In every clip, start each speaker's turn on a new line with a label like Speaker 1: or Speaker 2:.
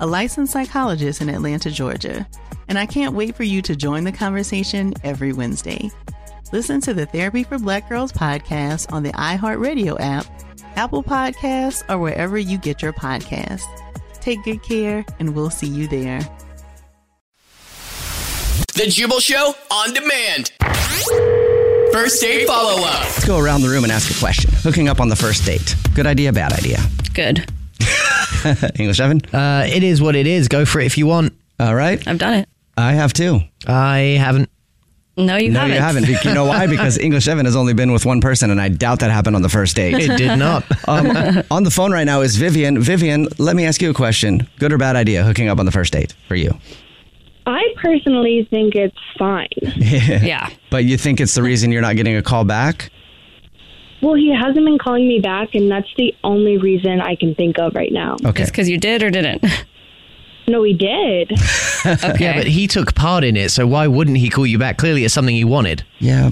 Speaker 1: a licensed psychologist in Atlanta, Georgia, and I can't wait for you to join the conversation every Wednesday. Listen to the Therapy for Black Girls podcast on the iHeartRadio app, Apple Podcasts, or wherever you get your podcasts. Take good care, and we'll see you there.
Speaker 2: The Jubal Show on demand. First date follow up.
Speaker 3: Let's go around the room and ask a question. Hooking up on the first date. Good idea, bad idea.
Speaker 4: Good.
Speaker 3: English Evan?
Speaker 5: Uh, it is what it is. Go for it if you want.
Speaker 3: All right.
Speaker 4: I've done it.
Speaker 3: I have too.
Speaker 5: I haven't.
Speaker 4: No, you
Speaker 3: no,
Speaker 4: haven't.
Speaker 3: you haven't. Be- You know why? Because English Evan has only been with one person, and I doubt that happened on the first date.
Speaker 5: It did not.
Speaker 3: Um, on the phone right now is Vivian. Vivian, let me ask you a question. Good or bad idea hooking up on the first date for you?
Speaker 6: I personally think it's fine.
Speaker 4: Yeah.
Speaker 3: But you think it's the reason you're not getting a call back?
Speaker 6: Well, he hasn't been calling me back, and that's the only reason I can think of right now.
Speaker 3: Okay.
Speaker 4: It's because you did or didn't.
Speaker 6: No, he did.
Speaker 4: Okay.
Speaker 5: Yeah, but he took part in it, so why wouldn't he call you back? Clearly, it's something he wanted.
Speaker 3: Yeah.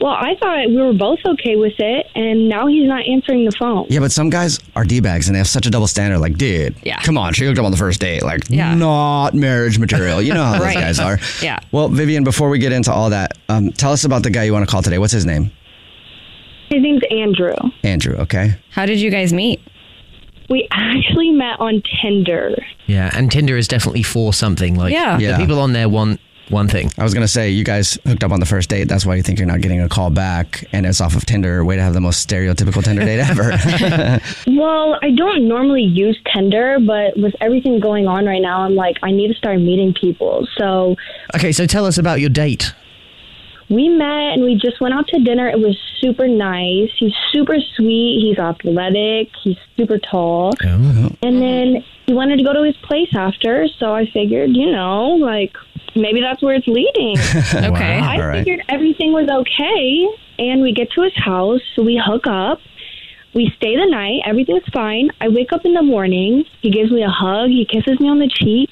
Speaker 6: Well, I thought we were both okay with it, and now he's not answering the phone.
Speaker 3: Yeah, but some guys are D bags and they have such a double standard. Like, dude,
Speaker 4: Yeah.
Speaker 3: come on, she hooked up on the first date. Like,
Speaker 4: Yeah.
Speaker 3: not marriage material. You know how those
Speaker 4: Right.
Speaker 3: guys are.
Speaker 4: Yeah.
Speaker 3: Well, Vivian, before we get into all that, um, tell us about the guy you want to call today. What's his name?
Speaker 6: His name's Andrew.
Speaker 3: Andrew, okay?
Speaker 4: How did you guys meet?
Speaker 6: We actually met on Tinder.
Speaker 5: Yeah, and Tinder is definitely for something. Like,
Speaker 4: Yeah.
Speaker 3: Yeah.
Speaker 5: the people on there want one thing.
Speaker 3: I was going to say, you guys hooked up on the first date. That's why you think you're not getting a call back. And it's off of Tinder. Way to have the most stereotypical Tinder date ever.
Speaker 6: Well, I don't normally use Tinder, but with everything going on right now, I'm like, I need to start meeting people. So
Speaker 5: Okay, so tell us about your date.
Speaker 6: we met and we just went out to dinner. It was super nice. He's super sweet. He's athletic. He's super tall. And then he wanted to go to his place after, so I figured, you know, like maybe that's where it's leading.
Speaker 4: Okay.
Speaker 3: Wow.
Speaker 6: I
Speaker 3: All right.
Speaker 6: figured everything was okay, and we get to his house, so we hook up. We stay the night, everything's fine. I wake up in the morning, he gives me a hug, he kisses me on the cheek,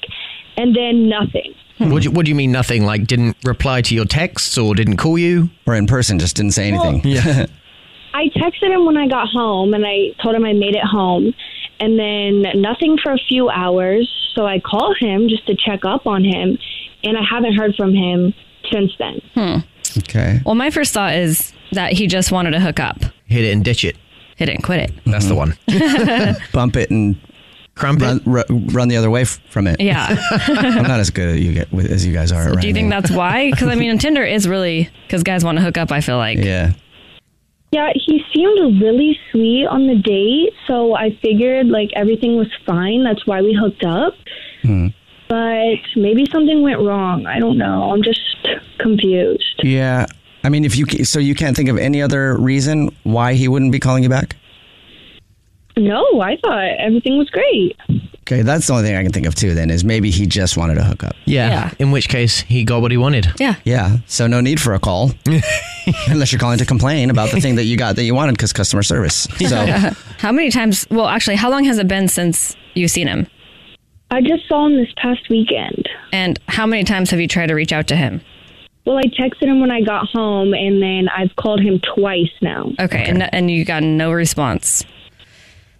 Speaker 6: and then nothing.
Speaker 5: What, do you, what do you mean nothing? Like, didn't reply to your texts or didn't call you?
Speaker 3: or in person, just didn't say anything. yeah.
Speaker 6: I texted him when I got home and I told him I made it home. And then nothing for a few hours. So I call him just to check up on him. And I haven't heard from him since then.
Speaker 3: Okay.
Speaker 4: Well, my first thought is that he just wanted to hook up.
Speaker 5: Hit it and ditch it.
Speaker 4: He didn't quit it.
Speaker 3: Mm.
Speaker 5: That's the one.
Speaker 3: Bump it and
Speaker 5: Crump it.
Speaker 3: run, ru- run the other way f- from it.
Speaker 4: Yeah.
Speaker 3: I'm not as good at you get, with- as you guys are. at
Speaker 4: do you
Speaker 3: rhyming.
Speaker 4: think that's why? Because I mean, Tinder is really because guys want to hook up. I feel like.
Speaker 3: Yeah.
Speaker 6: Yeah, he seemed really sweet on the date. So I figured like everything was fine. That's why we hooked up. But maybe something went wrong. I don't know. I'm just confused.
Speaker 3: Yeah. I mean, if you ca- so you can't think of any other reason why he wouldn't be calling you back.
Speaker 6: No, I thought everything was great.
Speaker 3: Okay, that's the only thing I can think of too. Then is maybe he just wanted to hook up.
Speaker 5: Yeah.
Speaker 4: Yeah.
Speaker 5: In which case, he got what he wanted.
Speaker 4: Yeah.
Speaker 3: Yeah. So no need for a call, unless you're calling to complain about the thing that you got that you wanted because customer service. So
Speaker 4: How many times? Well, actually, how long has it been since you've seen him?
Speaker 6: I just saw him this past weekend.
Speaker 4: And how many times have you tried to reach out to him?
Speaker 6: Well, I texted him when I got home, and then I've called him twice now.
Speaker 4: Okay, And, and you got no response.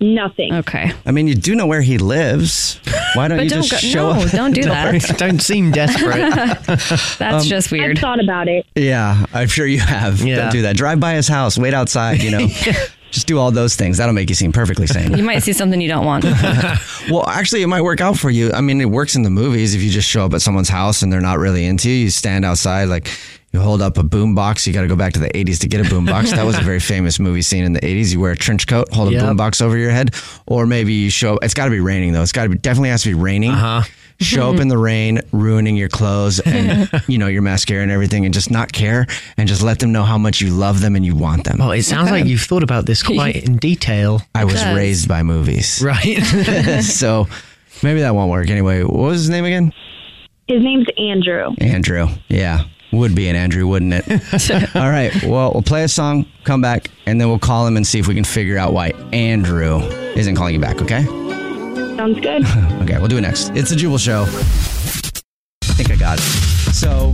Speaker 6: Nothing.
Speaker 4: Okay.
Speaker 3: I mean, you do know where he lives. Why don't
Speaker 4: But
Speaker 3: you
Speaker 4: don't
Speaker 3: just
Speaker 4: go-
Speaker 3: show
Speaker 4: no,
Speaker 3: up?
Speaker 4: don't do that.
Speaker 5: Don't seem desperate.
Speaker 4: That's
Speaker 3: Um,
Speaker 4: just
Speaker 6: I've
Speaker 4: weird.
Speaker 6: thought about it.
Speaker 3: Yeah, I'm sure you have.
Speaker 5: Yeah.
Speaker 3: Don't do that. Drive by his house, wait outside, you know. Just do all those things. That'll make you seem perfectly sane.
Speaker 4: You might see something you don't want.
Speaker 3: Well, actually, it might work out for you. I mean, it works in the movies. If you just show up at someone's house and they're not really into you, you stand outside, like you hold up a boom box. You got to go back to the 80s to get a boom box. That was a very famous movie scene in the 80s. You wear a trench coat, hold a
Speaker 5: Yep.
Speaker 3: boom box over your head, or maybe you show up. It's got to be raining, though. It's got to be, definitely has to be raining. Uh huh. Show up in the rain, ruining your clothes and you know your mascara and everything, and just not care, and just let them know how much you love them and you want them.
Speaker 5: Well, Oh, it sounds like you've thought about this quite in detail.
Speaker 3: I was
Speaker 4: does.
Speaker 3: raised by movies,
Speaker 5: Right.
Speaker 3: so maybe that won't work. Anyway, what was his name again?
Speaker 6: His name's Andrew.
Speaker 3: Andrew. Yeah. Would be an Andrew, wouldn't it? All right. Well, we'll play a song, come back, and then we'll call him and see if we can figure out why Andrew isn't calling you back, okay?
Speaker 6: Sounds good.
Speaker 3: Okay, we'll do it next. It's a Jubal Show. I think I got it. So,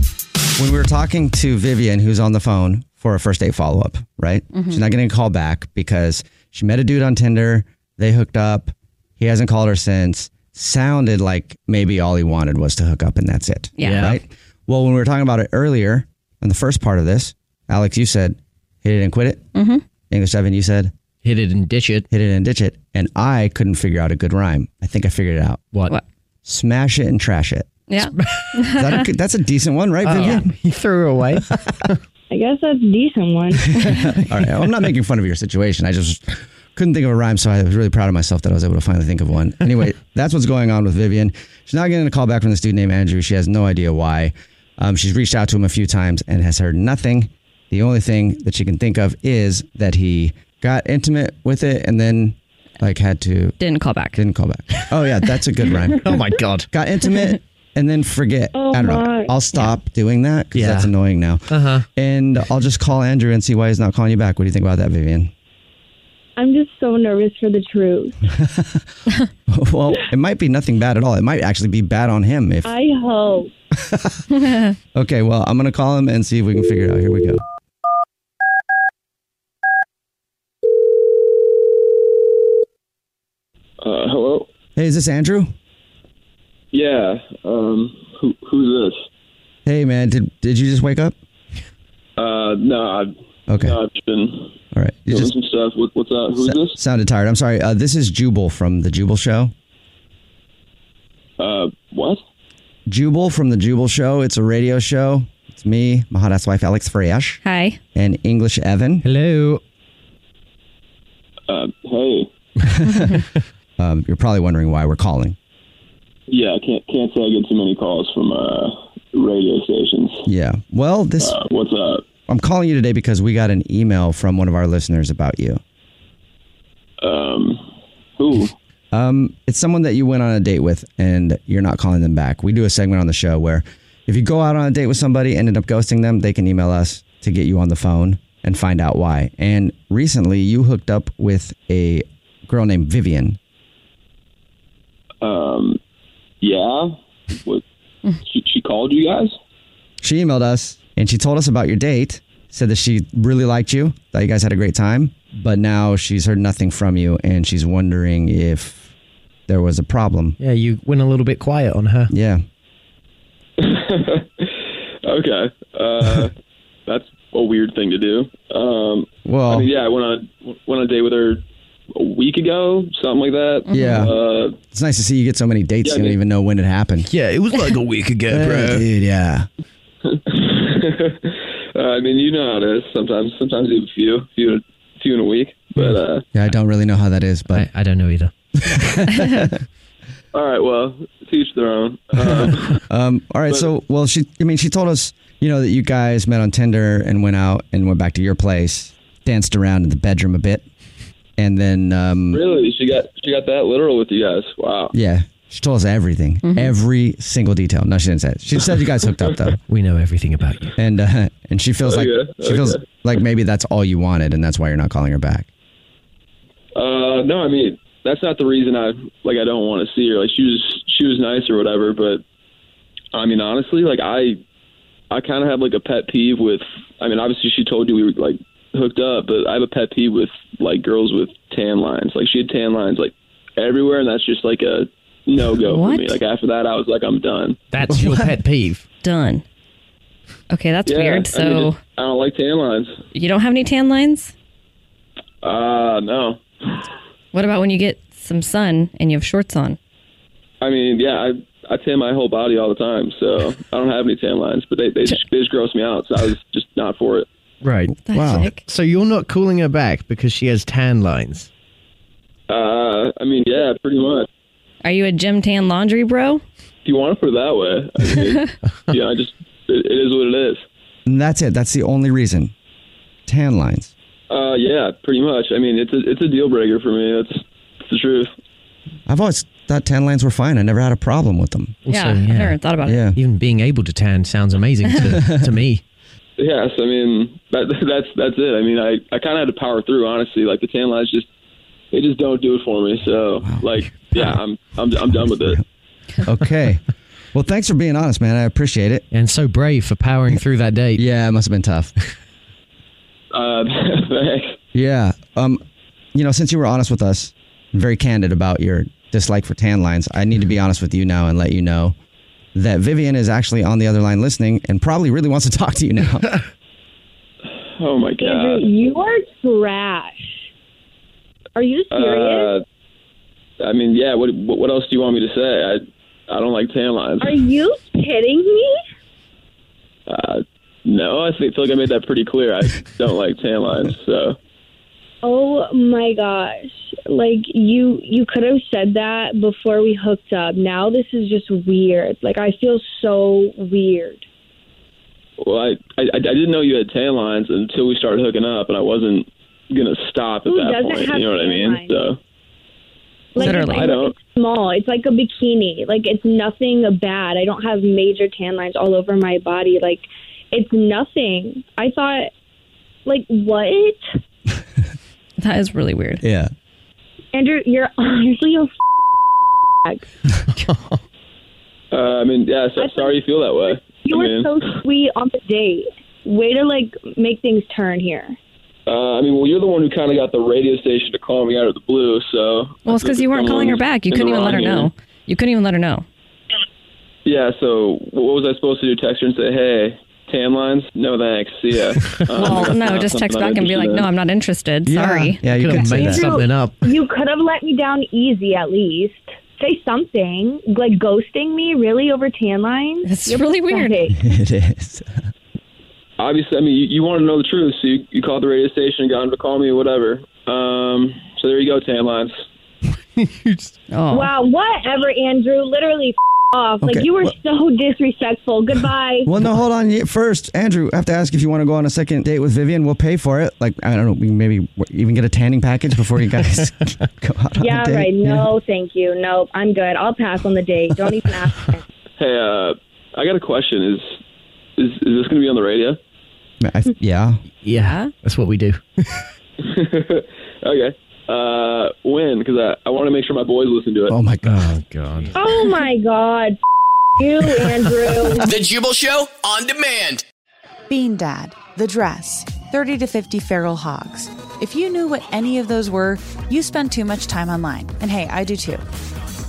Speaker 3: when we were talking to Vivian, who's on the phone for a first date follow up, right?
Speaker 4: Mm-hmm.
Speaker 3: She's not getting a call back because she met a dude on Tinder. They hooked up. He hasn't called her since. Sounded like maybe all he wanted was to hook up and that's it.
Speaker 4: Yeah. Yeah.
Speaker 3: Right? Well, when we were talking about it earlier in the first part of this, Alex, you said hit it and quit it. Mm-hmm. English 7, you said
Speaker 5: Hit it and ditch it.
Speaker 3: hit it and ditch it. And I couldn't figure out a good rhyme. I think I figured it out
Speaker 5: What?
Speaker 4: What?
Speaker 3: smash it and trash it.
Speaker 4: Yeah.
Speaker 3: Is that a good- that's a decent one, right,
Speaker 5: Oh.
Speaker 3: Vivian?
Speaker 5: He threw her away.
Speaker 6: I guess that's a decent one.
Speaker 3: All right. I'm not making fun of your situation. I just couldn't think of a rhyme, so I was really proud of myself that I was able to finally think of one. Anyway, that's what's going on with Vivian. She's not getting a call back from this dude named Andrew. She has no idea why. Um, she's reached out to him a few times and has heard nothing. The only thing that she can think of is that he got intimate with it and then like had to
Speaker 4: Didn't call back.
Speaker 3: didn't call back. Oh yeah, that's a good rhyme.
Speaker 5: oh my god.
Speaker 3: got intimate and then forget.
Speaker 6: Oh,
Speaker 3: I don't know.
Speaker 6: my.
Speaker 3: I'll stop doing that because
Speaker 5: Yeah.
Speaker 3: that's annoying now. Uh-huh. And I'll just call Andrew and see why he's not calling you back. What do you think about that, Vivian?
Speaker 6: I'm just so nervous for the truth.
Speaker 3: well, it might be nothing bad at all. It might actually be bad on him if
Speaker 6: I hope.
Speaker 3: Okay, well, I'm going to call him and see if we can figure it out. Here we go.
Speaker 7: Uh, hello.
Speaker 3: Hey, is this Andrew?
Speaker 7: Yeah. Um. Who, who's this?
Speaker 3: Hey man, did did you just wake up?
Speaker 7: Uh. No. I've,
Speaker 3: Okay.
Speaker 7: no, I've been
Speaker 3: all right. You
Speaker 7: doing
Speaker 3: just
Speaker 7: some stuff. What, what's that? Who's
Speaker 3: sa-
Speaker 7: this?
Speaker 3: sounded tired. I'm sorry. Uh, this is Jubal from the Jubal show.
Speaker 7: Uh. What?
Speaker 3: Jubal from the Jubal show. It's a radio show. It's me, my hot ass wife Alex Freyash,
Speaker 4: Hi.
Speaker 3: and English Evan.
Speaker 5: Hello.
Speaker 7: Uh. Hey.
Speaker 3: Um, you're probably wondering why we're calling.
Speaker 7: Yeah. I Can't can't say I get too many calls from uh radio stations.
Speaker 3: Yeah. Well, this
Speaker 7: Uh, what's up?
Speaker 3: I'm calling you today because we got an email from one of our listeners about you.
Speaker 7: Um. Who?
Speaker 3: Um, it's someone that you went on a date with and you're not calling them back. We do a segment on the show where if you go out on a date with somebody and end up ghosting them, they can email us to get you on the phone and find out why. And recently you hooked up with a girl named Vivian.
Speaker 7: Um. Yeah. What? she, she called you guys?
Speaker 3: She emailed us and she told us about your date, said that she really liked you, that you guys had a great time, but now she's heard nothing from you and she's wondering if there was a problem.
Speaker 5: Yeah, you went a little bit quiet on her.
Speaker 3: Yeah.
Speaker 7: Okay. Uh. that's a weird thing to do. Um.
Speaker 3: Well,
Speaker 7: I mean, yeah, I went on a, went on a date with her a week ago, something like that.
Speaker 3: Yeah.
Speaker 7: Uh,
Speaker 3: it's nice to see you get so many dates
Speaker 7: Yeah,
Speaker 3: you don't
Speaker 7: dude.
Speaker 3: even know when it happened.
Speaker 5: Yeah, it was like a week ago,
Speaker 3: Yeah, dude, yeah.
Speaker 7: uh, I mean, you know how it is. Sometimes, sometimes you have a few, few, few in a week. But uh,
Speaker 3: Yeah, I don't really know how that is, but
Speaker 5: I, I don't know either.
Speaker 7: uh, all right, well, teach their own. Um,
Speaker 3: um all right, so well she I mean she told us, you know, that you guys met on Tinder and went out and went back to your place, danced around in the bedroom a bit, and then um
Speaker 7: really, she got she got that literal with you guys. Wow.
Speaker 3: Yeah. She told us everything,
Speaker 7: Mm-hmm.
Speaker 3: every single detail. No, she didn't say it. She said you guys hooked up though,
Speaker 5: We know everything about you.
Speaker 3: and uh, and she feels like
Speaker 7: Okay,
Speaker 3: she feels
Speaker 7: okay.
Speaker 3: like maybe that's all you wanted, and that's why you're not calling her back.
Speaker 7: Uh, no, I mean that's not the reason I like. I don't want to see her. Like she was she was nice or whatever. But I mean, honestly, like I I kind of have like a pet peeve with. I mean, obviously she told you we were like hooked up, but I have a pet peeve with like girls with tan lines. Like she had tan lines like everywhere, and that's just like a no go for
Speaker 4: What?
Speaker 7: me. Like after that, I was like, I'm done.
Speaker 5: That's your pet peeve.
Speaker 4: Done. Okay, that's
Speaker 7: Yeah,
Speaker 4: weird.
Speaker 7: I, mean,
Speaker 4: So
Speaker 7: it- I don't like tan lines.
Speaker 4: you don't have any tan lines?
Speaker 7: Uh no.
Speaker 4: What about when you get some sun and you have shorts on?
Speaker 7: I mean, yeah, I I tan my whole body all the time, so I don't have any tan lines, but they they just, they just gross me out. So I was just not for it.
Speaker 5: Right.
Speaker 4: That
Speaker 3: Wow.
Speaker 4: chick.
Speaker 5: So you're not calling her back because she has tan lines.
Speaker 7: Uh, I mean, yeah, pretty much.
Speaker 4: Are you a gym tan laundry bro?
Speaker 7: If you want to put it that way, I mean, yeah, I just it, it is what it is.
Speaker 3: And that's it. That's the only reason. Tan lines.
Speaker 7: Uh, yeah, pretty much. I mean, it's a it's a deal breaker for me. That's, that's the truth.
Speaker 3: I've always thought tan lines were fine. I never had a problem with them.
Speaker 4: yeah, I've never thought about it.
Speaker 3: Yeah.
Speaker 5: Even being able to tan sounds amazing to, to me.
Speaker 7: Yes, I mean that that's that's it. I mean, I I kind of had to power through, honestly. Like the tan lines just they just don't do it for me. So like, yeah, I'm I'm I'm done with it.
Speaker 3: Okay. well, thanks for being honest, man. I appreciate it.
Speaker 5: And so brave for powering through that date.
Speaker 3: Yeah, it must have been tough.
Speaker 7: Uh, thanks.
Speaker 3: yeah. Um, you know, since you were honest with us, very candid about your dislike for tan lines, I need to be honest with you now and let you know that Vivian is actually on the other line listening and probably really wants to talk to you now.
Speaker 7: Oh my
Speaker 6: Andrew,
Speaker 7: god.
Speaker 6: you are trash. Are you serious?
Speaker 7: Uh, I mean, yeah. What what else do you want me to say? I I don't like tan lines.
Speaker 6: are you kidding me?
Speaker 7: Uh, no, I think, feel like I made that pretty clear. I don't like tan lines. So
Speaker 6: Oh my gosh. Like you you could have said that before we hooked up. Now this is just weird. Like I feel so weird.
Speaker 7: well, I I, I didn't know you had tan lines until we started hooking up, and I wasn't gonna stop at
Speaker 6: Who
Speaker 7: that
Speaker 6: doesn't
Speaker 7: point.
Speaker 6: have
Speaker 7: You know what I
Speaker 6: tan
Speaker 7: mean?
Speaker 6: lines?
Speaker 7: So.
Speaker 6: Like
Speaker 4: Literally.
Speaker 7: I
Speaker 6: It's
Speaker 7: don't.
Speaker 6: small. It's like a bikini. Like it's nothing bad. I don't have major tan lines all over my body. Like it's nothing. I thought like what?
Speaker 4: That is really weird.
Speaker 3: yeah.
Speaker 6: Andrew, you're honestly a
Speaker 7: Uh, I mean, yeah. So,
Speaker 6: That's-
Speaker 7: sorry you feel that way.
Speaker 6: you
Speaker 7: I
Speaker 6: were
Speaker 7: mean,
Speaker 6: so sweet on the date. Way to like make things turn here.
Speaker 7: uh, I mean, well, you're the one who kind of got the radio station to call me out of the blue. So. Um,
Speaker 4: Well, it's because you weren't calling her back.
Speaker 7: In
Speaker 4: You
Speaker 7: the
Speaker 4: couldn't even let her
Speaker 7: wrong
Speaker 4: know.
Speaker 7: hand.
Speaker 4: You couldn't even let her know.
Speaker 7: Yeah. So what was I supposed to do? Text her and say, "Hey, tan lines? No thanks. See ya." Um,
Speaker 4: Well,
Speaker 7: that's
Speaker 4: no,
Speaker 7: not
Speaker 4: just text
Speaker 7: something I'm
Speaker 4: back and be like,
Speaker 7: interested
Speaker 4: no,
Speaker 7: in.
Speaker 4: I'm not interested. Sorry.
Speaker 3: Yeah, you
Speaker 5: Could
Speaker 3: could
Speaker 5: have
Speaker 3: say
Speaker 5: made
Speaker 3: that.
Speaker 5: something up.
Speaker 6: You could have let me down easy at least. Say something. Like ghosting me really over tan lines?
Speaker 4: It's really weird.
Speaker 6: pathetic.
Speaker 3: It is.
Speaker 7: Obviously, I mean, you, you want to know the truth, so you, you called the radio station, got them to call me, whatever. Um, so there you go, tan lines.
Speaker 4: Oh.
Speaker 6: Wow, whatever, Andrew. Literally f- off.
Speaker 3: Okay,
Speaker 6: Like you were
Speaker 3: well-
Speaker 6: so disrespectful. Goodbye.
Speaker 3: Well, no, hold on. You- First, Andrew, I have to ask if you want to go on a second date with Vivian. We'll pay for it. Like, I don't know, we can maybe even get a tanning package before you guys go out on
Speaker 6: yeah,
Speaker 3: a date.
Speaker 6: right.
Speaker 3: you know?
Speaker 6: No, thank you. Nope, I'm good. I'll pass on the date. Don't even ask. me.
Speaker 7: Hey, uh, I got a question. Is is, is this going to be on the radio?
Speaker 3: I- yeah.
Speaker 5: Yeah. That's what we do.
Speaker 7: okay. Uh, when? Because I, I want to make sure my boys listen to it.
Speaker 3: Oh, my God.
Speaker 5: God.
Speaker 6: Oh my God. F- you, Andrew.
Speaker 2: The Jubal Show on demand.
Speaker 8: Bean Dad, The Dress, 30 to 50 Feral Hogs. If you knew what any of those were, you spend too much time online. And hey, I do too.